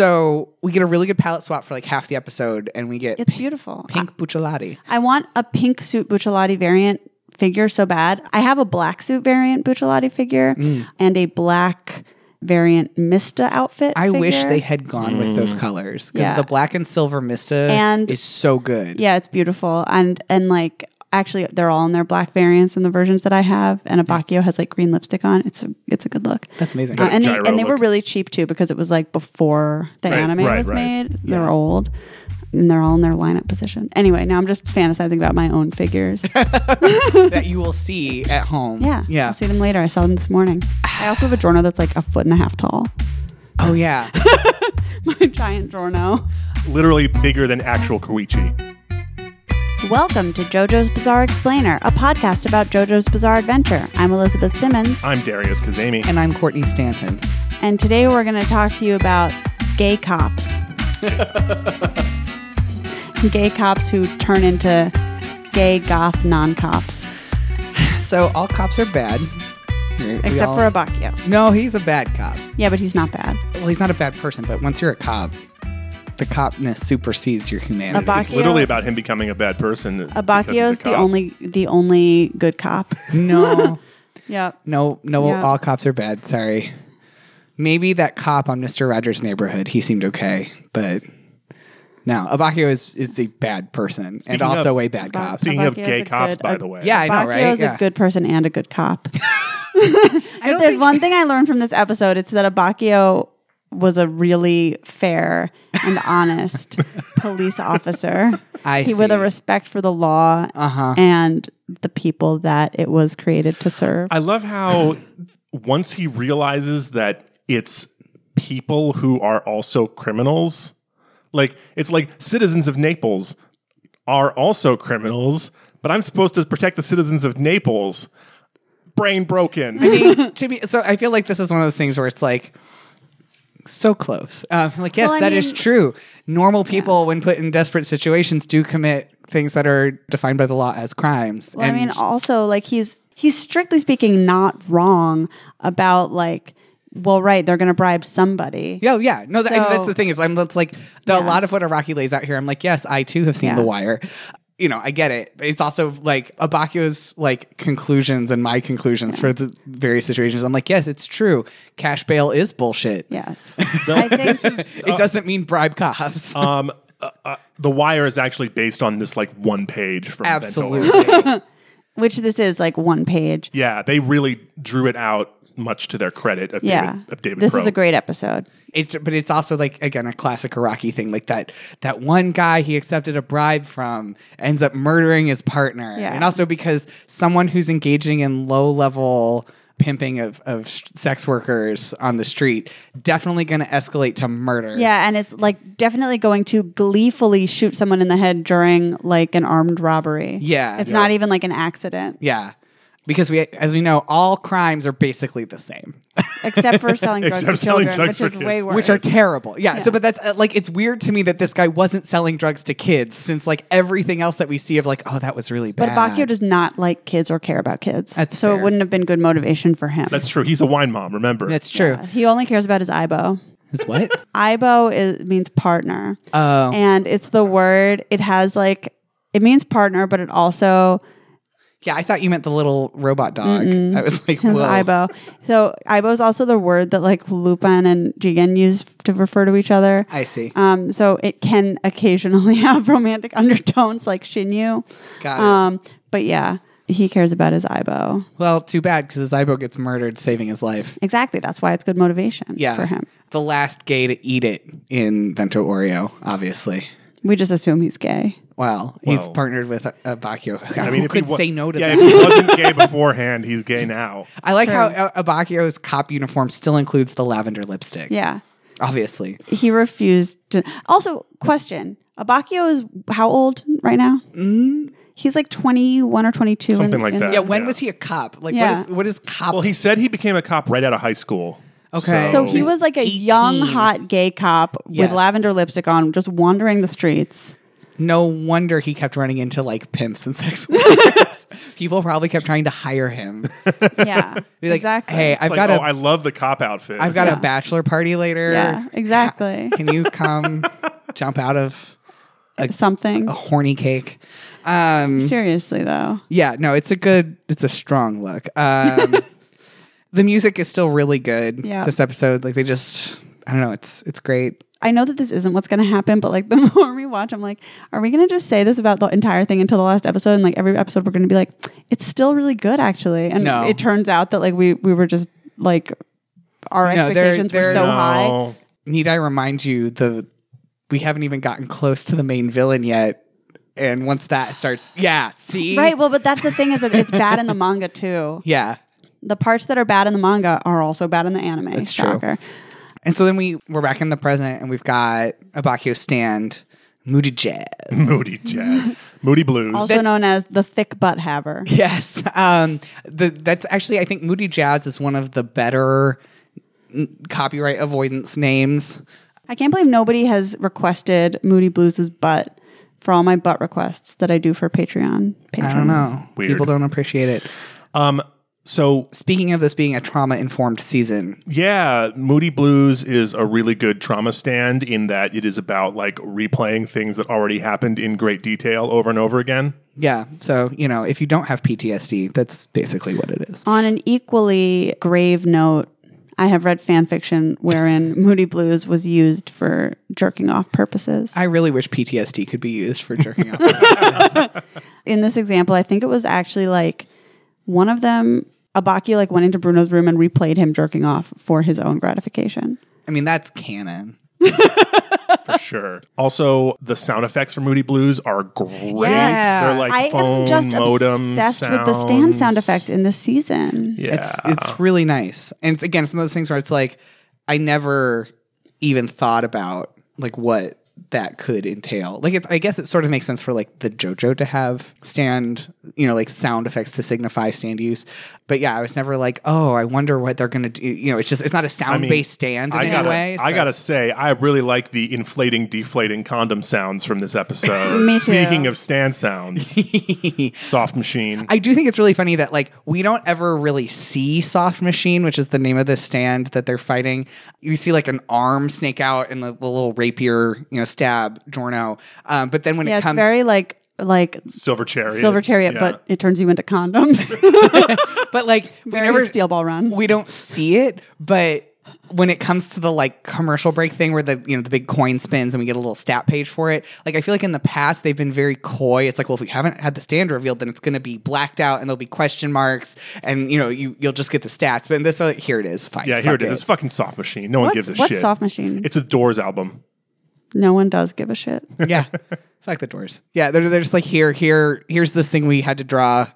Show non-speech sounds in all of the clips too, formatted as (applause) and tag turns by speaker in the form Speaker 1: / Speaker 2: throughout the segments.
Speaker 1: So we get a really good palette swap for like half the episode, and we get
Speaker 2: It's
Speaker 1: pink,
Speaker 2: beautiful.
Speaker 1: pink bucciolati.
Speaker 2: I want a pink suit Bucciolati variant figure so bad. I have a black suit variant Bucciolati figure
Speaker 1: Mm.
Speaker 2: and a black variant Mista outfit.
Speaker 1: I wish
Speaker 2: figure.
Speaker 1: they had gone with those colors because
Speaker 2: Yeah.
Speaker 1: the black and silver Mista
Speaker 2: And-
Speaker 1: is so good.
Speaker 2: Yeah, it's beautiful and and like actually they're all in their black variants in the versions that I have. And Abakio has like green lipstick on. It's a it's a good look.
Speaker 1: That's amazing.
Speaker 2: Uh, and they,
Speaker 3: gyro
Speaker 2: and they were
Speaker 3: look.
Speaker 2: really cheap too because it was like before the
Speaker 3: Right,
Speaker 2: anime
Speaker 3: right,
Speaker 2: was
Speaker 3: right.
Speaker 2: made. They're old. And they're all in their lineup position. Anyway, now I'm just fantasizing about my own
Speaker 1: (laughs)
Speaker 2: figures.
Speaker 1: that you will see at home.
Speaker 2: Yeah.
Speaker 1: Yeah.
Speaker 2: I'll see them later. I saw them this morning. I also have a Jorno that's like a foot and a half tall. (laughs)
Speaker 1: Oh, yeah.
Speaker 2: My giant Jorno.
Speaker 3: Literally bigger than actual Koichi.
Speaker 2: Welcome to JoJo's Bizarre Explainer, a podcast about JoJo's Bizarre Adventure. I'm Elizabeth Simmons,
Speaker 3: I'm Darius Kazemi.
Speaker 1: and I'm Courtney Stanton.
Speaker 2: and today we're going to talk to you about gay
Speaker 3: (laughs)
Speaker 2: cops. gay cops who turn into gay goth non cops,
Speaker 1: So all cops are bad. We
Speaker 2: except
Speaker 1: all-
Speaker 2: for Abakio.
Speaker 1: No, he's a bad cop.
Speaker 2: Yeah, but he's not bad.
Speaker 1: Well, he's not a bad person, but once you're a cop, the copness supersedes your humanity.
Speaker 3: It's
Speaker 2: Abakio,
Speaker 3: literally about him becoming a bad person. because he's a
Speaker 2: Abakio's the
Speaker 3: cop.
Speaker 2: only the only good
Speaker 3: (laughs)
Speaker 2: cop. (laughs)
Speaker 1: No,
Speaker 2: yep.
Speaker 1: no, no.
Speaker 2: Yeah.
Speaker 1: All cops are bad. Sorry. Maybe that cop on Mister Rogers' neighborhood. He seemed okay, but no, Abakio is is the bad person and
Speaker 3: Speaking
Speaker 1: also
Speaker 3: of-
Speaker 1: a bad cop.
Speaker 3: Speaking of
Speaker 2: Abakio's
Speaker 3: gay
Speaker 2: a
Speaker 3: cops,
Speaker 2: good-
Speaker 3: by
Speaker 2: a-
Speaker 3: the way.
Speaker 1: Yeah, I know,
Speaker 2: Bakio
Speaker 1: right?
Speaker 2: is
Speaker 1: Yeah.
Speaker 2: a good person and a good
Speaker 1: (laughs)
Speaker 2: cop. (laughs) if
Speaker 1: don't
Speaker 2: there's
Speaker 1: think-
Speaker 2: one thing I learned from this episode, it's that Abakio was a really fair
Speaker 1: (laughs)
Speaker 2: and honest police officer.
Speaker 1: I
Speaker 2: he with
Speaker 1: see. Uh-huh.
Speaker 2: a respect for the law and the people that it was created to serve.
Speaker 3: I love how once he realizes that it's people who are also criminals, like it's like citizens of Naples are also criminals, but I'm supposed to protect the citizens of Naples. Brain broken.
Speaker 1: mean, to me, so I feel like this is one of those things where it's like so close. Um, like, yes,
Speaker 2: Well, I
Speaker 1: that is
Speaker 2: mean-
Speaker 1: true. Normal people, when put in desperate situations, do commit things that are defined by the law as crimes.
Speaker 2: Well, I mean, also like he's he's strictly speaking not wrong about like, well, right, they're going to bribe somebody.
Speaker 1: yeah, oh, yeah, no, that,
Speaker 2: So-
Speaker 1: that's the thing is, I'm that's like the, a lot of what Iraqi lays out here. I'm like, yes, I too have seen
Speaker 2: Yeah.
Speaker 1: The Wire. You know, I get it. It's also like Abakio's like conclusions and my conclusions for the various situations. I'm like, yes, it's true. Cash bail is bullshit.
Speaker 3: (laughs)
Speaker 2: Yes.
Speaker 3: No,
Speaker 2: I think-
Speaker 3: this is,
Speaker 1: It doesn't mean bribe cops.
Speaker 3: um, uh, uh, (laughs) the Wire is actually based on this like one page from
Speaker 1: (laughs)
Speaker 3: Vento.
Speaker 1: Absolutely.
Speaker 2: Which this is like one page.
Speaker 3: Yeah, they really drew it out, much to their credit. Of
Speaker 2: Yeah.
Speaker 3: David, of David
Speaker 2: this
Speaker 3: Crowe.
Speaker 2: is a great episode.
Speaker 1: it's but it's also like again a classic Iraqi thing like that that one guy he accepted a bribe from ends up murdering his partner
Speaker 2: Yeah.
Speaker 1: and also because someone who's engaging in low level pimping of, of s- sex workers on the street definitely going to escalate to murder
Speaker 2: Yeah, and it's like definitely going to gleefully shoot someone in the head during like an armed robbery.
Speaker 1: Yeah.
Speaker 2: It's
Speaker 1: Yeah.
Speaker 2: not even like an accident,
Speaker 1: yeah because we as we know all crimes are basically the same
Speaker 2: except
Speaker 3: (laughs)
Speaker 2: for selling drugs
Speaker 3: Except
Speaker 2: to
Speaker 3: selling
Speaker 2: children,
Speaker 3: drugs
Speaker 2: which is
Speaker 3: for kids.
Speaker 2: way worse.
Speaker 1: which are terrible yeah, so but that's uh, like it's weird to me that this guy wasn't selling drugs to kids since like everything else that we see of like oh that was really
Speaker 2: but
Speaker 1: bad
Speaker 2: Bakio does not like kids or care about kids.
Speaker 1: That's
Speaker 2: so
Speaker 1: fair.
Speaker 2: it wouldn't have been good motivation for him. Uh,
Speaker 3: That's true. He's a wine mom. Remember,
Speaker 1: that's true
Speaker 2: he only cares about his Ibo.
Speaker 1: is what
Speaker 2: Ibo is, means partner.
Speaker 1: Oh.
Speaker 2: And it's the word, it has like, it means partner, but it also
Speaker 1: Yeah, I thought you meant the little robot dog. I was like,
Speaker 2: Of
Speaker 1: whoa.
Speaker 2: Ibo. So Ibo is also the word that like Lupin and Jigen use to refer to each other.
Speaker 1: I see.
Speaker 2: Um, so it can occasionally (laughs) have romantic undertones like Shinyu.
Speaker 1: Got it.
Speaker 2: Um, but yeah, he cares about his Ibo.
Speaker 1: well, too bad because his Ibo gets murdered, saving his life.
Speaker 2: Exactly. That's why it's good motivation
Speaker 1: Yeah.
Speaker 2: for him.
Speaker 1: The last gay to eat it in Vento Oreo, obviously.
Speaker 2: We just assume he's gay.
Speaker 1: Wow. He's
Speaker 3: Wow.
Speaker 1: partnered with uh, uh, Bakio.
Speaker 3: I
Speaker 1: (laughs)
Speaker 3: mean,
Speaker 1: Who
Speaker 3: if he
Speaker 1: could
Speaker 3: wa-
Speaker 1: say no to
Speaker 3: yeah,
Speaker 1: that?
Speaker 3: if he wasn't
Speaker 1: (laughs)
Speaker 3: gay beforehand, he's gay now.
Speaker 1: I like how uh, Abakio's cop uniform still includes the lavender lipstick.
Speaker 2: Yeah.
Speaker 1: Obviously.
Speaker 2: He refused to. Also, question Abakio is how old right now? Mm. He's like 21 or 22. in-
Speaker 3: Something like
Speaker 2: in-
Speaker 3: that.
Speaker 1: Yeah, when
Speaker 3: Yeah.
Speaker 1: was he a cop? Like,
Speaker 2: Yeah.
Speaker 1: what, is, what is cop?
Speaker 3: Well, he said he became a cop right out of high school.
Speaker 1: Okay.
Speaker 2: So
Speaker 1: Oh.
Speaker 2: he
Speaker 1: He's
Speaker 2: was like a
Speaker 1: 18.
Speaker 2: young, hot gay cop
Speaker 1: Yes.
Speaker 2: with lavender lipstick on, just wandering the streets.
Speaker 1: No wonder he kept running into like pimps and
Speaker 2: (laughs)
Speaker 1: sex workers. People probably kept trying to hire him.
Speaker 2: Yeah.
Speaker 1: (laughs) Be like,
Speaker 2: exactly.
Speaker 1: Hey, I've
Speaker 3: like,
Speaker 1: got
Speaker 3: oh,
Speaker 1: a
Speaker 3: I love the cop outfit.
Speaker 1: I've got
Speaker 2: Yeah.
Speaker 1: a bachelor party later.
Speaker 2: yeah,
Speaker 1: (laughs)
Speaker 2: exactly.
Speaker 1: Can you
Speaker 2: (laughs)
Speaker 1: come jump out of
Speaker 2: Something.
Speaker 1: a horny cake? Um,
Speaker 2: Seriously though.
Speaker 1: yeah, no, it's a good, it's a strong look.
Speaker 2: (laughs)
Speaker 1: Um, the music is still really good.
Speaker 2: Yeah.
Speaker 1: This episode, like they just, I don't know, it's it's great.
Speaker 2: I know that this isn't what's going to happen, but like (laughs) the more we watch, I'm like, are we going to just say this about the entire thing until the last episode? And like every episode, we're going to be like, it's still really good, actually. And
Speaker 1: No.
Speaker 2: it turns out that like we we were just like our
Speaker 1: No, they're-
Speaker 2: expectations were
Speaker 1: they're-
Speaker 2: so
Speaker 3: No.
Speaker 2: high.
Speaker 1: Need I remind you the we haven't even gotten close to the main villain yet, and once that starts, yeah, see,
Speaker 2: Right. Well, but that's the thing is that it's bad in the manga too.
Speaker 1: yeah.
Speaker 2: The parts that are bad in the manga are also bad in the anime. That's
Speaker 1: true.
Speaker 2: Shocker.
Speaker 1: And so then we we're back in the present, and we've got Abakio stand, Moody Jazz.
Speaker 3: (laughs) Moody jazz, moody blues.
Speaker 2: Also known as the thick butt haver.
Speaker 1: (laughs) Yes. Um, the, that's actually, I think Moody Jazz is one of the better n- copyright avoidance names.
Speaker 2: I can't believe nobody has requested Moody Blues' butt for all my butt requests that I do for Patreon
Speaker 1: I
Speaker 2: patrons.
Speaker 1: don't know.
Speaker 3: Weird.
Speaker 1: People don't appreciate it.
Speaker 3: um, so
Speaker 1: Speaking of this being a trauma informed season,
Speaker 3: yeah, Moody Blues is a really good trauma stand in that it is about like replaying things that already happened in great detail over and over again.
Speaker 1: yeah. So, you know, if you don't have PTSD, that's basically what it is.
Speaker 2: On an equally grave note, I have read fan fiction
Speaker 1: (laughs)
Speaker 2: wherein Moody Blues was used for jerking off purposes.
Speaker 1: I really wish PTSD could be used for jerking off.
Speaker 2: In this example, I think it was actually like one of them, Abaki, like went into Bruno's room and replayed him jerking off for his own gratification.
Speaker 1: I mean, that's canon.
Speaker 3: for sure. Also, the sound effects for Moody Blues are great.
Speaker 1: Yeah.
Speaker 3: They're like
Speaker 2: I
Speaker 3: phone
Speaker 2: am just
Speaker 3: modem
Speaker 2: obsessed
Speaker 3: sounds.
Speaker 2: with the stand sound effects in this season.
Speaker 3: Yeah.
Speaker 1: It's it's really nice. And it's, again, it's one of those things where it's like I never even thought about like what that could entail. Like it's, I guess it sort of makes sense for like the JoJo to have stand, you know, like sound effects to signify stand use. But yeah, I was never like, oh, I wonder what they're gonna do. You know, it's just it's not a sound
Speaker 3: mean,
Speaker 1: based stand in
Speaker 3: I
Speaker 1: any
Speaker 3: gotta,
Speaker 1: way.
Speaker 3: I
Speaker 1: so-
Speaker 3: gotta say, I really like the inflating, deflating condom sounds from this
Speaker 2: (laughs)
Speaker 3: episode.
Speaker 2: Me too.
Speaker 3: Speaking of
Speaker 1: (laughs)
Speaker 3: stand sounds, soft machine.
Speaker 1: I do think it's really funny that like we don't ever really see Soft Machine, which is the name of the stand that they're fighting. You see like an arm snake out and the, the little rapier, you know, stab Jorno. Um, but then when
Speaker 2: Yeah,
Speaker 1: it
Speaker 2: it's
Speaker 1: comes,
Speaker 2: very like like
Speaker 3: Silver Chariot.
Speaker 2: Silver Chariot,
Speaker 3: Yeah.
Speaker 2: but it turns you into
Speaker 3: (laughs)
Speaker 2: condoms.
Speaker 1: (laughs) but like we
Speaker 2: Very
Speaker 1: never
Speaker 2: steel ball run.
Speaker 1: we don't see it, but. When it comes to the like commercial break thing where the you know the big coin spins and we get a little stat page for it, like I feel like in the past they've been very coy. It's like, well, if we haven't had the stand revealed, then it's going to be blacked out and there'll be question marks, and you know you you'll just get the stats. But in this, like, here it is. Fine.
Speaker 3: yeah, here
Speaker 1: fuck
Speaker 3: it is. It's fucking soft machine. No one
Speaker 2: What's,
Speaker 3: gives a
Speaker 2: what's
Speaker 3: shit.
Speaker 2: soft machine?
Speaker 3: It's a Doors album.
Speaker 2: no one does give a
Speaker 3: (laughs)
Speaker 2: shit.
Speaker 1: yeah. Fuck the doors. Yeah, they're, they're just like here, here, here's this thing we had to draw.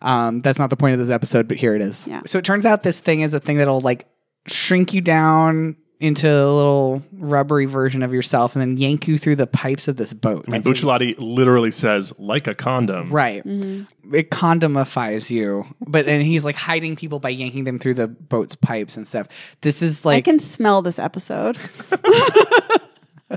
Speaker 1: Um, that's not the point of this episode, but here it is.
Speaker 2: Yeah.
Speaker 1: So it turns out this thing is a thing that'll like shrink you down into a little rubbery version of yourself and then yank you through the pipes of this boat.
Speaker 3: And
Speaker 1: That's what-
Speaker 3: Bucciolati literally says, like a condom.
Speaker 1: right. It condomifies you. But and he's like hiding people by yanking them through the boat's pipes and stuff. This is
Speaker 2: I
Speaker 1: like
Speaker 2: can smell this
Speaker 3: (laughs)
Speaker 2: episode. (laughs)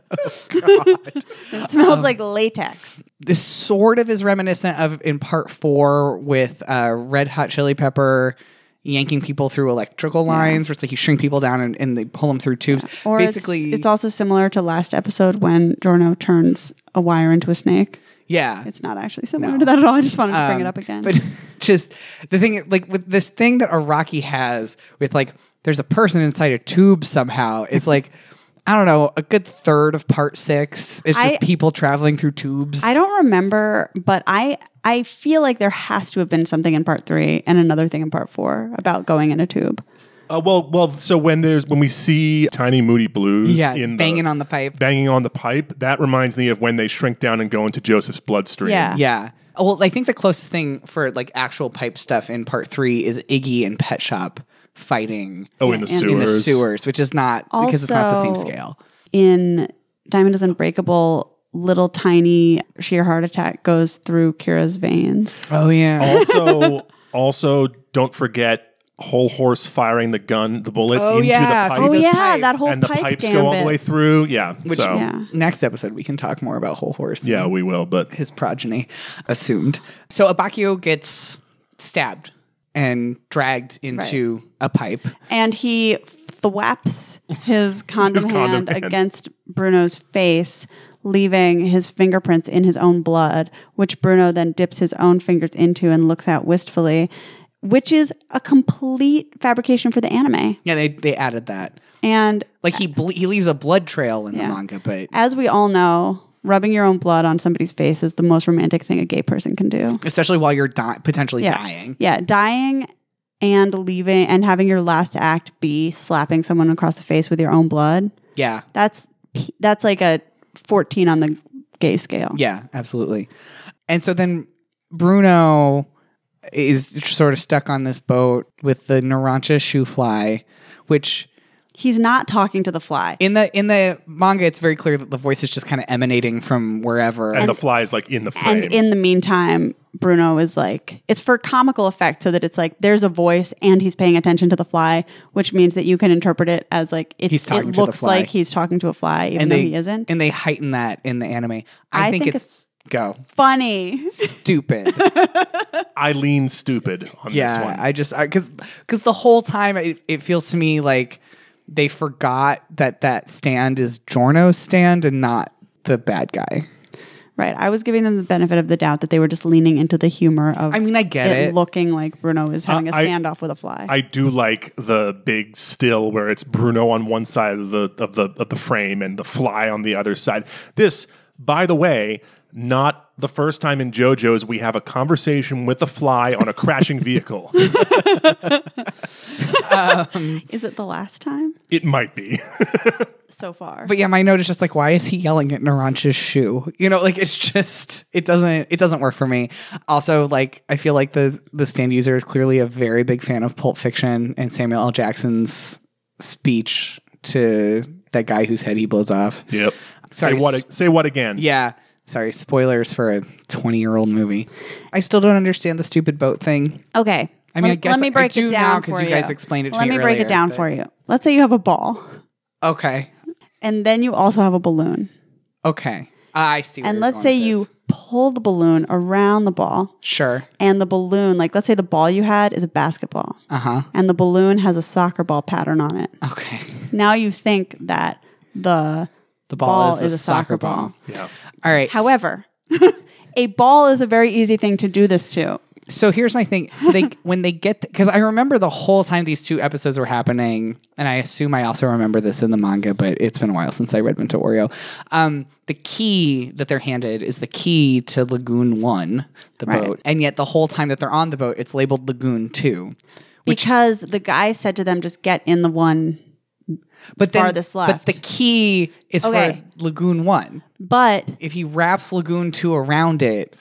Speaker 2: it smells like latex.
Speaker 1: this sort of is reminiscent of in part four with uh, Red Hot Chili Pepper yanking people through electrical lines, where it's like you shrink people down and, and they pull them through tubes.
Speaker 2: Or
Speaker 1: Basically,
Speaker 2: it's, it's also similar to last episode when Jorno turns a wire into a snake.
Speaker 1: yeah,
Speaker 2: It's not actually similar to that at all. I just wanted to bring it
Speaker 1: Um,
Speaker 2: up again.
Speaker 1: But (laughs) just the thing, like with this thing that Araki has with like, there's a person inside a tube somehow.
Speaker 2: (laughs)
Speaker 1: It's like, I don't know, a good third of part six. It's just
Speaker 2: I-
Speaker 1: people traveling through tubes.
Speaker 2: I don't remember, but I I feel like there has to have been something in part three and another thing in part four about going in a tube.
Speaker 3: Uh, well, well. So when there's when we see Tiny Moody Blues,
Speaker 1: Yeah,
Speaker 3: in
Speaker 1: banging on the pipe.
Speaker 3: banging on the pipe, that reminds me of when they shrink down and go into Joseph's bloodstream.
Speaker 2: Yeah.
Speaker 1: Yeah. Well, I think the closest thing for like actual pipe stuff in part three is Iggy and Pet Shop fighting
Speaker 3: Oh, in the
Speaker 2: And-
Speaker 3: sewers.
Speaker 1: in the sewers, which is not because it's not the same
Speaker 2: Also-
Speaker 1: scale.
Speaker 2: in Diamond is Unbreakable, little tiny sheer heart attack goes through Kira's veins.
Speaker 1: Oh yeah.
Speaker 2: (laughs)
Speaker 3: Also, also, don't forget whole horse firing the gun, the bullet
Speaker 1: Oh,
Speaker 3: into
Speaker 1: yeah,
Speaker 3: the pipe,
Speaker 1: through
Speaker 2: Oh
Speaker 1: those
Speaker 2: yeah,
Speaker 1: pipes.
Speaker 2: that whole
Speaker 3: and the
Speaker 2: pipe
Speaker 3: pipes
Speaker 2: gambit.
Speaker 3: go all the way through. Yeah,
Speaker 1: Which-
Speaker 3: so yeah.
Speaker 2: Yeah.
Speaker 1: Next episode, we can talk more about Whole Horse.
Speaker 3: we will. But
Speaker 1: his progeny assumed. So Abakio gets stabbed and dragged into a pipe.
Speaker 2: And he thwaps
Speaker 3: (laughs)
Speaker 2: his condom,
Speaker 3: condom
Speaker 2: hand,
Speaker 3: hand.
Speaker 2: against Bruno's face, leaving his fingerprints in his own blood, which Bruno then dips his own fingers into and looks out wistfully, which is a complete fabrication for the anime.
Speaker 1: Yeah, they they added that.
Speaker 2: And
Speaker 1: Like he ble- he leaves a blood trail in the
Speaker 2: Uh, Yeah.
Speaker 1: manga, but
Speaker 2: as we all know, rubbing your own blood on somebody's face is the most romantic thing a gay person can do.
Speaker 1: especially while you're di- potentially
Speaker 2: Yeah.
Speaker 1: dying.
Speaker 2: Yeah, dying and leaving and having your last act be slapping someone across the face with your own blood.
Speaker 1: Yeah.
Speaker 2: That's p- that's like a 14 on the gay scale.
Speaker 1: Yeah, absolutely. And so then Bruno is sort of stuck on this boat with the Narancha shoe fly, which
Speaker 2: He's not talking to the fly.
Speaker 1: in the in the manga it's very clear that the voice is just kind of emanating from wherever.
Speaker 3: and, the fly is like in the frame.
Speaker 2: and in the meantime, Bruno is like it's for comical effect so that it's like there's a voice and he's paying attention to the fly, which means that you can interpret it as like it's,
Speaker 1: He's talking
Speaker 2: it
Speaker 1: to the
Speaker 2: looks
Speaker 1: fly.
Speaker 2: like he's talking to a fly even
Speaker 1: and
Speaker 2: though
Speaker 1: they
Speaker 2: he isn't.
Speaker 1: and they heighten that in the anime. I,
Speaker 2: I
Speaker 1: think,
Speaker 2: think
Speaker 1: it's go. (laughs)
Speaker 2: Funny.
Speaker 1: stupid.
Speaker 3: Eileen stupid on this
Speaker 1: yeah,
Speaker 3: one.
Speaker 1: I just because because the whole time it, it feels to me like they forgot that that stand is Jorno's stand and not the bad guy.
Speaker 2: Right. I was giving them the benefit of the doubt that they were just leaning into the humor of
Speaker 1: I mean, I get it.
Speaker 2: looking like Bruno is having a
Speaker 3: Uh, I-
Speaker 2: standoff with a fly.
Speaker 3: I do like the big still where it's Bruno on one side of the of the of the frame and the fly on the other side. This, by the way, not the first time in JoJo's we have a conversation with a fly on a crashing (laughs) vehicle.
Speaker 2: is it the last time
Speaker 3: it might be.
Speaker 2: so far?
Speaker 1: But yeah, my note is just like, why is he yelling at Narancha's shoe? You know, like it's just it doesn't it doesn't work for me. Also, like I feel like the the stand user is clearly a very big fan of Pulp Fiction and Samuel L. Jackson's speech to that guy whose head he blows off.
Speaker 3: yep.
Speaker 1: Sorry,
Speaker 3: say what?
Speaker 1: s-
Speaker 3: a- Say what again?
Speaker 1: Yeah. Sorry, spoilers for a 20 year old movie. I still don't understand the stupid boat thing.
Speaker 2: okay.
Speaker 1: I mean,
Speaker 2: let,
Speaker 1: I guess
Speaker 2: let me
Speaker 1: I
Speaker 2: break
Speaker 1: do
Speaker 2: it
Speaker 1: now
Speaker 2: down
Speaker 1: 'cause
Speaker 2: for
Speaker 1: you guys explained it to
Speaker 2: Let
Speaker 1: me
Speaker 2: me break
Speaker 1: earlier,
Speaker 2: it down
Speaker 1: but-
Speaker 2: for you. Let's say you have a ball,
Speaker 1: Okay.
Speaker 2: and then you also have a balloon,
Speaker 1: Okay. I see. where
Speaker 2: and
Speaker 1: you're
Speaker 2: let's
Speaker 1: going
Speaker 2: say
Speaker 1: with this.
Speaker 2: you pull the balloon around the ball,
Speaker 1: Sure.
Speaker 2: and the balloon, like let's say the ball you had is a basketball,
Speaker 1: Uh huh.
Speaker 2: and the balloon has a soccer ball pattern on it.
Speaker 1: Okay.
Speaker 2: Now you think that the
Speaker 1: The ball,
Speaker 2: ball, is, a soccer, ball.
Speaker 3: Yeah.
Speaker 1: All right.
Speaker 2: However, (laughs) a ball is a very easy thing to do this to.
Speaker 1: so here's my thing. So they (laughs) when they get because I remember the whole time these two episodes were happening, and I assume I also remember this in the manga, but it's been a while since I read Mento Oreo. Um, the key that they're handed is the key to Lagoon One, the
Speaker 2: Right.
Speaker 1: boat, and yet the whole time that they're on the boat, it's labeled Lagoon Two.
Speaker 2: Because the guy said to them, just get in the one.
Speaker 1: But then,
Speaker 2: Farthest
Speaker 1: but
Speaker 2: left.
Speaker 1: the key is
Speaker 2: Okay.
Speaker 1: for Lagoon One.
Speaker 2: But
Speaker 1: If he wraps Lagoon Two around it,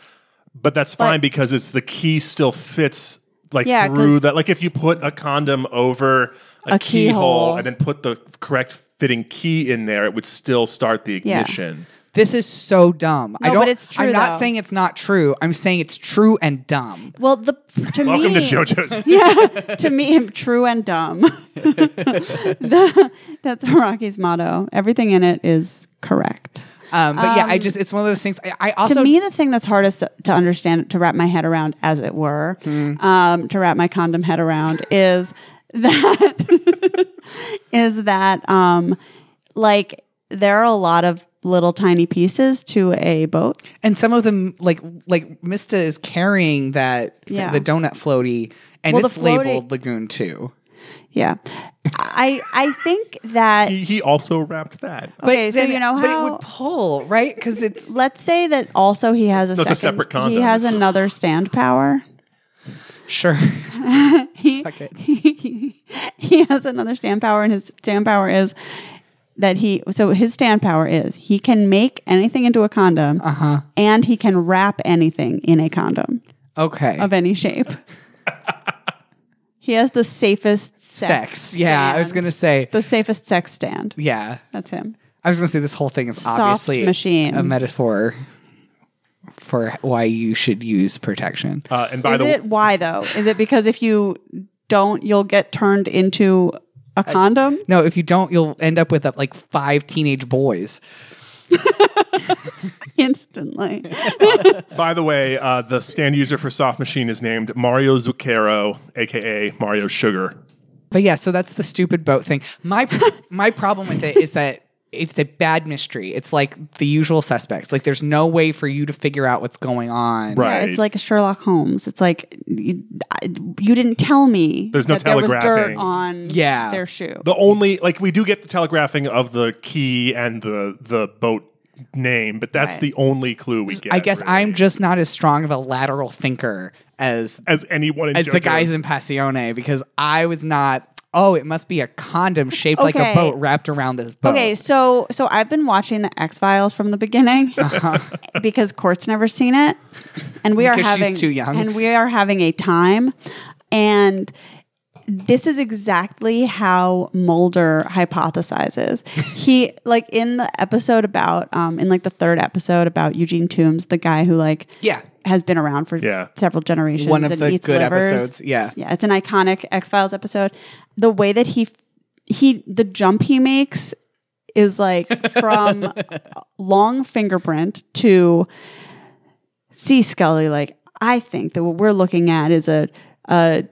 Speaker 3: But that's fine because it's the key still fits like
Speaker 2: Yeah,
Speaker 3: through
Speaker 2: 'cause-
Speaker 3: that. Like if you put a condom over a,
Speaker 2: A
Speaker 3: keyhole
Speaker 2: keyhole.
Speaker 3: and then put the correct fitting key in there, it would still start the
Speaker 2: Yeah.
Speaker 3: ignition.
Speaker 1: this is so dumb. I
Speaker 2: No,
Speaker 1: don't.
Speaker 2: but it's true,
Speaker 1: I'm not
Speaker 2: though.
Speaker 1: saying it's not true. I'm saying it's true and dumb.
Speaker 2: well, the to me,
Speaker 3: Welcome to JoJo's.
Speaker 2: yeah, (laughs) to me, I'm true and dumb. (laughs) The- that's Haraki's motto. Everything in it is correct.
Speaker 1: Um, but yeah, I just it's one of those things. I, I also
Speaker 2: to me, the thing that's hardest to understand, to wrap my head around, as it were,
Speaker 1: Hmm.
Speaker 2: um, to wrap my condom head around, is that (laughs) is that um, like there are a lot of little tiny pieces to a boat.
Speaker 1: and some of them like like Mista is carrying that
Speaker 2: Yeah.
Speaker 1: the donut floaty and
Speaker 2: Well, the
Speaker 1: it's
Speaker 2: floaty-
Speaker 1: labeled Lagoon Two.
Speaker 2: Yeah, I I think that
Speaker 3: He, he also wrapped that.
Speaker 2: okay. so
Speaker 1: then-
Speaker 2: you know
Speaker 1: but
Speaker 2: how
Speaker 1: it would pull right because it's
Speaker 2: Let's say that also he has a
Speaker 3: That's a
Speaker 2: second,
Speaker 3: separate condom.
Speaker 2: He has another stand power. (laughs)
Speaker 1: sure.
Speaker 2: he,
Speaker 1: it.
Speaker 2: he, (laughs) he has another stand power, and his stand power is that he. So his stand power is he can make anything into a condom,
Speaker 1: Uh-huh.
Speaker 2: and he can wrap anything in a condom
Speaker 1: Okay,
Speaker 2: of any shape. (laughs) he has the safest sex.
Speaker 1: sex. Yeah, I was
Speaker 2: stand.
Speaker 1: gonna say.
Speaker 2: the safest sex stand.
Speaker 1: Yeah,
Speaker 2: That's him.
Speaker 1: I was gonna say this whole thing is
Speaker 2: Soft
Speaker 1: obviously
Speaker 2: machine.
Speaker 1: a metaphor for why you should use protection.
Speaker 3: Uh, and by
Speaker 2: is
Speaker 3: the way,
Speaker 2: it why though? Is it because if you don't, you'll get turned into a condom.
Speaker 1: No, if you don't, you'll end up with uh, like five teenage boys.
Speaker 3: (laughs)
Speaker 2: instantly.
Speaker 3: By the way, uh, the stand user for Soft Machine is named Mario Zucchero, aka Mario Sugar.
Speaker 1: But yeah, so that's the stupid boat thing. My (laughs) my problem with it is that it's a bad mystery. It's like the usual suspects. Like there's no way for you to figure out what's going on.
Speaker 3: Right.
Speaker 2: It's like a Sherlock Holmes. It's like you, I- you didn't tell me
Speaker 3: There's no
Speaker 2: that there was dirt
Speaker 3: telegraphing.
Speaker 2: on
Speaker 1: Yeah.
Speaker 2: their shoe.
Speaker 3: The only like we do get the telegraphing of the key and the the boat name, but that's the only clue we get.
Speaker 1: I guess
Speaker 3: really.
Speaker 1: I'm just not as strong of a lateral thinker as
Speaker 3: as anyone in
Speaker 1: as the
Speaker 3: JoJo.
Speaker 1: guys in Passione because I was not. Oh, it must be a condom shaped like
Speaker 2: Okay.
Speaker 1: a boat wrapped around this boat.
Speaker 2: Okay, so so I've been watching the X Files from the beginning
Speaker 1: (laughs)
Speaker 2: (laughs) because Court's never seen it, and we are
Speaker 1: Uh-huh. Because she's
Speaker 2: having
Speaker 1: too young.
Speaker 2: and we are having a time, and this is exactly how Mulder
Speaker 3: (laughs)
Speaker 2: hypothesizes. he like in the episode about um in like the third episode about Eugene Toombs, the guy who like
Speaker 1: Yeah.
Speaker 2: has been around for
Speaker 3: Yeah.
Speaker 2: several generations.
Speaker 1: One of
Speaker 2: and
Speaker 1: the
Speaker 2: eats
Speaker 1: good
Speaker 2: livers.
Speaker 1: episodes. Yeah.
Speaker 2: Yeah, it's an iconic X Files episode. The way that he he the jump he makes is like from long fingerprint to see Scully. Like I think that what we're looking at is a a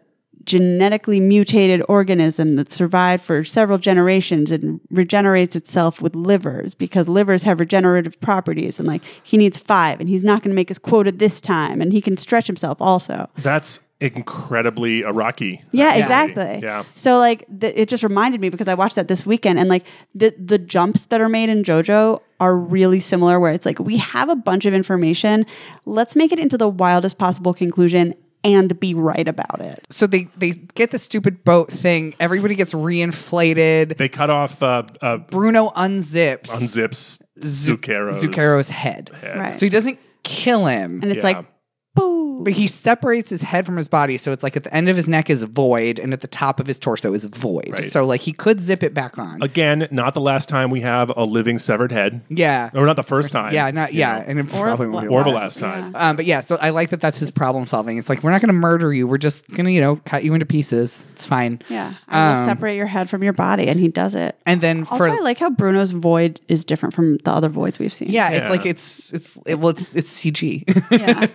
Speaker 2: genetically mutated organism that survived for several generations and regenerates itself with livers because livers have regenerative properties and like he needs five and he's not going to make his quota this time and he can stretch himself also
Speaker 3: That's incredibly Iraqi.
Speaker 2: yeah,
Speaker 3: actually.
Speaker 2: exactly.
Speaker 3: Yeah.
Speaker 2: So like th- it just reminded me because I watched that this weekend and like the the jumps that are made in JoJo are really similar where it's like we have a bunch of information, let's make it into the wildest possible conclusion and be right about it.
Speaker 1: So they they get the stupid boat thing. Everybody gets reinflated.
Speaker 3: They cut off uh, uh,
Speaker 1: Bruno unzips
Speaker 3: unzips
Speaker 1: Zu-
Speaker 3: Zucchero's.
Speaker 1: Zucchero's head.
Speaker 2: Right.
Speaker 1: So he doesn't kill him.
Speaker 2: and it's
Speaker 3: Yeah.
Speaker 2: like boom.
Speaker 1: But he separates his head from his body, so it's like at the end of his neck is void, and at the top of his torso is void.
Speaker 3: Right.
Speaker 1: So like he could zip it back on.
Speaker 3: Again, not the last time we have a living severed head.
Speaker 1: yeah,
Speaker 3: Or Oh, not the first time.
Speaker 1: yeah, not
Speaker 3: you
Speaker 1: yeah,
Speaker 3: know.
Speaker 1: and it probably won't be.
Speaker 3: Or the
Speaker 1: allowed.
Speaker 3: last time.
Speaker 1: Um, but yeah, so I like that. That's his problem solving. It's like we're not going to murder you. We're just going to you know cut you into pieces. It's fine.
Speaker 2: Yeah. I will separate your head from your body and he does it.
Speaker 1: And then
Speaker 2: Also
Speaker 1: Um, for
Speaker 2: I like how Bruno's void is different from the other voids we've seen.
Speaker 1: yeah, it's
Speaker 3: Yeah.
Speaker 1: like it's it's it, well it's it's (laughs) CG.
Speaker 2: Yeah.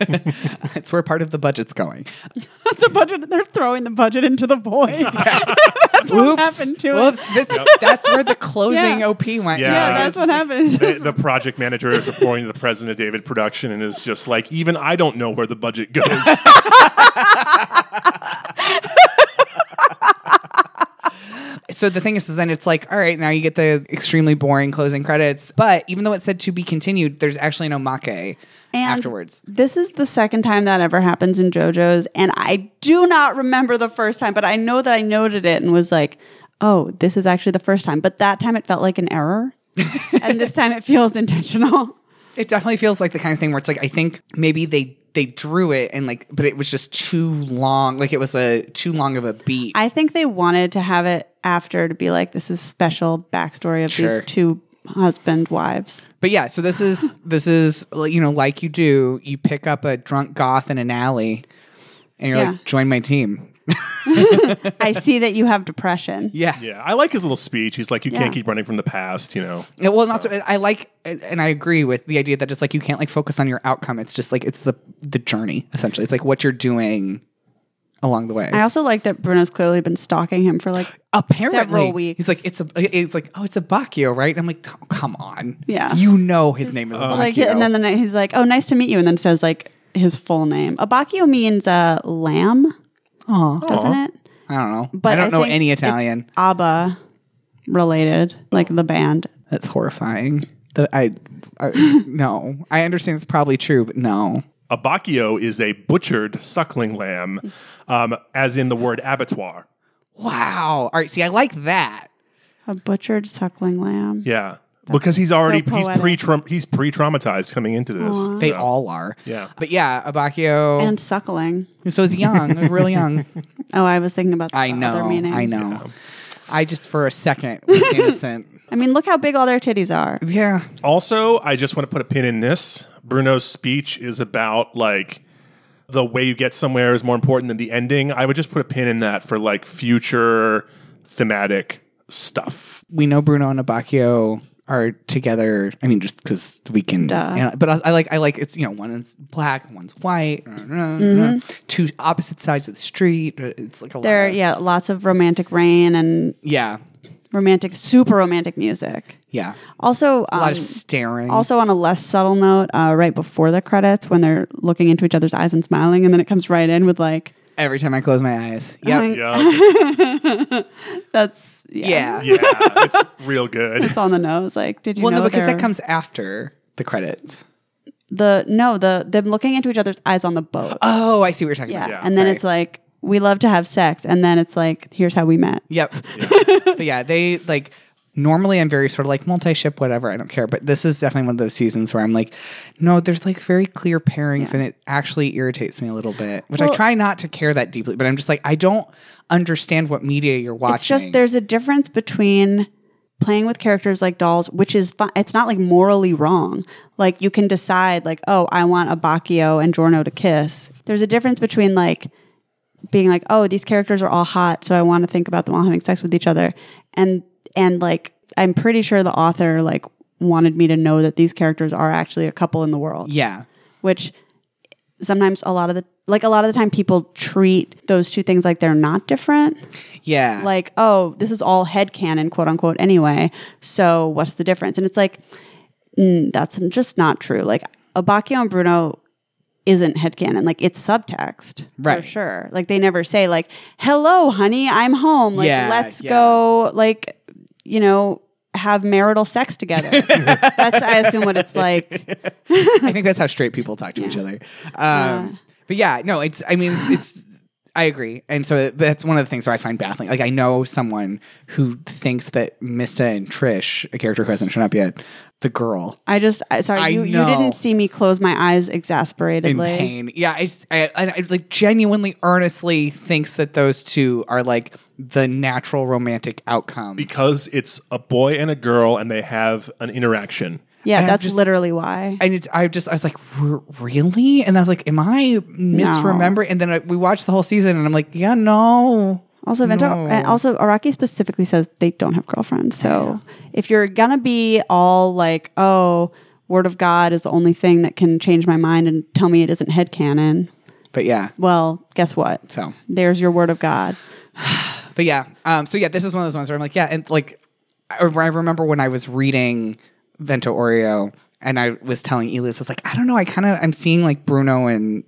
Speaker 1: it's where part of the budget's going.
Speaker 2: (laughs) the budget they're throwing the budget into
Speaker 1: (laughs)
Speaker 2: the void. That's what
Speaker 1: Oops.
Speaker 2: happened to
Speaker 1: Whoops.
Speaker 2: it.
Speaker 1: This- That's where the closing
Speaker 2: Yeah.
Speaker 1: OP went.
Speaker 3: Yeah.
Speaker 2: Yeah, that's what happened.
Speaker 3: (laughs) The, the project manager is reporting to the president of David Production and is just like, even I don't know where the budget goes. (laughs)
Speaker 1: So the thing is, is then it's like, all right, now you get the extremely boring closing credits. But even though it said to be continued, there's actually no make afterwards.
Speaker 2: This is the second time that ever happens in JoJo's, and I do not remember the first time, but I know that I noted it and was like, "Oh, this is actually the first time." But that time it felt like
Speaker 1: (laughs)
Speaker 2: an error, and this time it feels intentional.
Speaker 1: It definitely feels like the kind of thing where it's like, I think maybe they they drew it and like, but it was just too long. Like it was a too long of a beat.
Speaker 2: I think they wanted to have it after to be like, "This is special backstory of
Speaker 1: Sure.
Speaker 2: these two husband wives."
Speaker 1: (laughs) but yeah, so this
Speaker 2: (laughs)
Speaker 1: is this is you know like you do, you pick up a drunk goth in an alley, and you're
Speaker 2: Yeah.
Speaker 1: like, join my team.
Speaker 2: I see that you have depression.
Speaker 1: Yeah.
Speaker 3: yeah, I like his little speech. He's like, you
Speaker 2: Yeah.
Speaker 3: can't keep running from the past, you know.
Speaker 1: Yeah, well, not so. I like, and I agree with the idea that it's like you can't like focus on your outcome. It's just like it's the the journey essentially. It's like what you're doing along the way.
Speaker 2: I also like that Bruno's clearly been stalking him for like
Speaker 1: Apparently,
Speaker 2: several weeks.
Speaker 1: he's like it's a it's like oh it's a Bacchio, right? And I'm like oh, come on,
Speaker 2: Yeah.
Speaker 1: you know his name is Bacchio.
Speaker 2: like and then the night he's like, "Oh, nice to meet you," and then says like his full name. Abacchio means uh, lamb, doesn't it?
Speaker 1: I don't know,
Speaker 2: But
Speaker 1: I don't know
Speaker 2: think
Speaker 1: any
Speaker 2: it's
Speaker 1: Italian.
Speaker 2: Abba related, like the band.
Speaker 1: That's horrifying. That I,
Speaker 2: (laughs)
Speaker 1: I no, I understand it's probably true, but no.
Speaker 3: A Bacchio is a butchered suckling lamb, um, as in the word abattoir.
Speaker 1: Wow. All right. See, I like that.
Speaker 2: A butchered suckling lamb.
Speaker 3: Yeah. because he's already he's
Speaker 2: poetic.
Speaker 3: pre he's pre traumatized coming into this.
Speaker 1: They
Speaker 3: so-
Speaker 1: all are.
Speaker 3: Yeah.
Speaker 1: But yeah, Abacchio.
Speaker 2: And suckling.
Speaker 1: so he's young, he's real
Speaker 2: (laughs)
Speaker 1: young.
Speaker 2: Oh, I was thinking about the
Speaker 1: I know.
Speaker 2: other meaning.
Speaker 1: I know. I just for a second was innocent.
Speaker 2: I mean, look how big all their titties are.
Speaker 1: (laughs) yeah.
Speaker 3: Also, I just want to put a pin in this. Bruno's speech is about like the way you get somewhere is more important than the ending. I would just put a pin in that for like future thematic
Speaker 1: (laughs)
Speaker 3: stuff.
Speaker 1: we know Bruno and Abacchio are together. I mean, just because we can. and- but I, I like I like it's you know one is black, one's white. uh, Two opposite sides of the street. uh, It's like a
Speaker 2: There,
Speaker 1: lot. Of,
Speaker 2: yeah, lots of romantic rain and
Speaker 1: yeah,
Speaker 2: romantic, super romantic music.
Speaker 1: yeah.
Speaker 2: Also,
Speaker 1: A lot
Speaker 2: um,
Speaker 1: of staring.
Speaker 2: also on a less subtle note, uh, right before the credits, when they're looking into each other's eyes and smiling, and then it comes right in with like,
Speaker 1: every time I close my eyes. Yep.
Speaker 2: like,
Speaker 3: Yeah.
Speaker 2: that's yeah,
Speaker 1: yeah.
Speaker 3: yeah. It's real good.
Speaker 2: it's on the nose. Like, did you
Speaker 1: Well,
Speaker 2: know
Speaker 1: no, because
Speaker 2: they're-
Speaker 1: that comes after the credits.
Speaker 2: the no the them looking into each other's eyes on the boat.
Speaker 1: Oh, I see what you're talking
Speaker 2: yeah.
Speaker 1: about.
Speaker 2: and then
Speaker 1: Sorry.
Speaker 2: it's like we love to have sex, and then it's like here's how we met.
Speaker 1: Yep. (laughs) but yeah, they like normally I'm very sort of like multi ship, whatever, I don't care. But this is definitely one of those seasons where I'm like, no, there's like very clear pairings and it actually irritates me a little bit, which I
Speaker 2: Well-
Speaker 1: try not to care that deeply, but I'm just like, I don't understand what media you're watching.
Speaker 2: It's just there's a difference between playing with characters like dolls, which is fun. It's not like morally wrong. Like you can decide, like, oh, I want Abacchio and Giorno to kiss. There's a difference between like being like, oh, these characters are all hot, so I want to think about them all having sex with each other, and and like I'm pretty sure the author like wanted me to know that these characters are actually a couple in the world
Speaker 1: yeah.
Speaker 2: which sometimes a lot of the like a lot of the time people treat those two things like they're not different
Speaker 1: Yeah.
Speaker 2: like oh this is all headcanon quote unquote anyway so what's the difference and it's like mm, that's just not true like abacchio and bruno isn't headcanon like it's subtext for
Speaker 1: Right.
Speaker 2: sure like they never say like hello honey i'm home like
Speaker 1: Yeah,
Speaker 2: let's
Speaker 1: yeah.
Speaker 2: go like you know have marital sex together
Speaker 1: (laughs)
Speaker 2: that's i assume what it's like
Speaker 1: I think that's how straight people talk to each other. Um, But yeah, no, it's. I mean, it's. it's I agree, and so that's one of the things that I find baffling. Like, I know someone who thinks that Mista and Trish, a character who hasn't shown up yet, the girl
Speaker 2: I just I, sorry
Speaker 1: I
Speaker 2: you, you
Speaker 1: know.
Speaker 2: didn't see me close my eyes
Speaker 1: in
Speaker 2: exasperatedly.
Speaker 1: pain. Yeah, I, s- I, I- I, like genuinely, earnestly thinks that those two are like the natural romantic outcome.
Speaker 3: Because it's a boy and a girl and they have an interaction.
Speaker 2: Yeah,
Speaker 1: And I'm
Speaker 2: that's
Speaker 1: just-
Speaker 2: literally why.
Speaker 1: and it, I just I was like, "R- really? And I was like, am I misremembering? And then I, we watched the whole season, and I'm like, yeah, no.
Speaker 2: also, Vento, and also Araki specifically says they don't have girlfriends. So if you're gonna be all like, oh, word of God is the only thing that can change my mind and tell me it isn't headcanon,
Speaker 1: But yeah,
Speaker 2: well, guess what?
Speaker 1: so
Speaker 2: There's your word of God.
Speaker 1: But yeah, um, so yeah, this is one of those ones where I'm like, yeah, and like, I, I remember when I was reading Vento Oreo, and I was telling Elias, I was like, I don't know, I kind of I'm seeing like Bruno and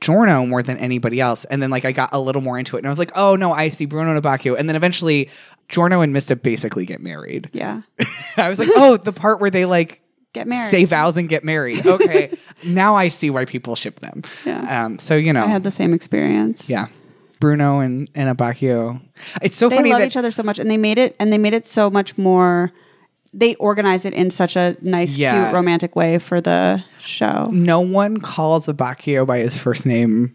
Speaker 1: Giorno more than anybody else, and then like I got a little more into it, and I was like, oh no, I see Bruno and Abacchio, and then eventually Giorno and Mista basically get married.
Speaker 2: Yeah,
Speaker 1: (laughs) I was like, oh, the part where they like.
Speaker 2: get married.
Speaker 1: Say vows and get married.
Speaker 2: (laughs)
Speaker 1: Okay, now I see why people ship them.
Speaker 2: Yeah.
Speaker 1: Um. So you know,
Speaker 2: I had the same experience.
Speaker 1: yeah, Bruno and and Abacchio. It's so
Speaker 2: they
Speaker 1: funny
Speaker 2: love
Speaker 1: that
Speaker 2: each other so much and they made it and they made it so much more they organize it in such a nice
Speaker 1: Yeah.
Speaker 2: cute romantic way for the show
Speaker 1: no one calls Abacchio by his first name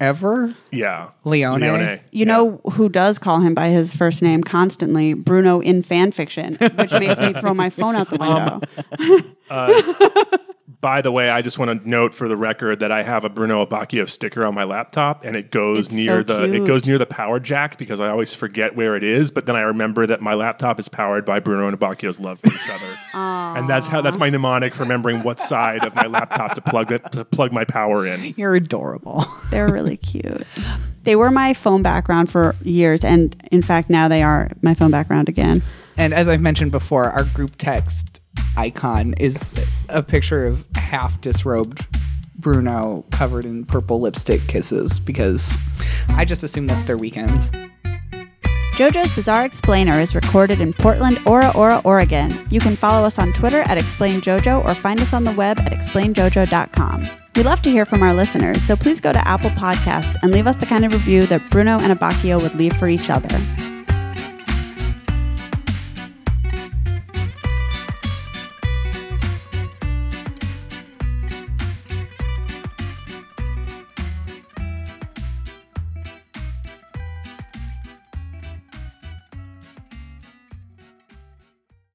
Speaker 1: ever.
Speaker 3: Yeah.
Speaker 1: Leone.
Speaker 3: Leone.
Speaker 2: you know who does call him by his first name constantly bruno in fan fiction which makes me throw my phone out the window
Speaker 3: By the way, I just want to note for the record that I have a Bruno Abacchio sticker on my laptop, and it goes
Speaker 2: It's
Speaker 3: near
Speaker 2: so
Speaker 3: the it
Speaker 2: cute.
Speaker 3: goes near the power jack because I always forget where it is. But then I remember that my laptop is powered by Bruno and Abacchio's love for each
Speaker 2: (laughs)
Speaker 3: other, and that's how that's my mnemonic for remembering what side of my laptop to plug that to plug my power in.
Speaker 1: You're adorable. (laughs)
Speaker 2: they're really cute they were my phone background for years and in fact now they are my phone background again
Speaker 1: and as I've mentioned before, our group text icon is a picture of half disrobed Bruno covered in purple lipstick kisses because I just assume that's their weekends.
Speaker 2: JoJo's Bizarre Explainer is recorded in Portland, Ora Ora, Oregon. You can follow us on Twitter at ExplainJoJo or find us on the web at explainjojo.com. We love to hear from our listeners, so please go to Apple Podcasts and leave us the kind of review that Bruno and Abacchio would leave for each other.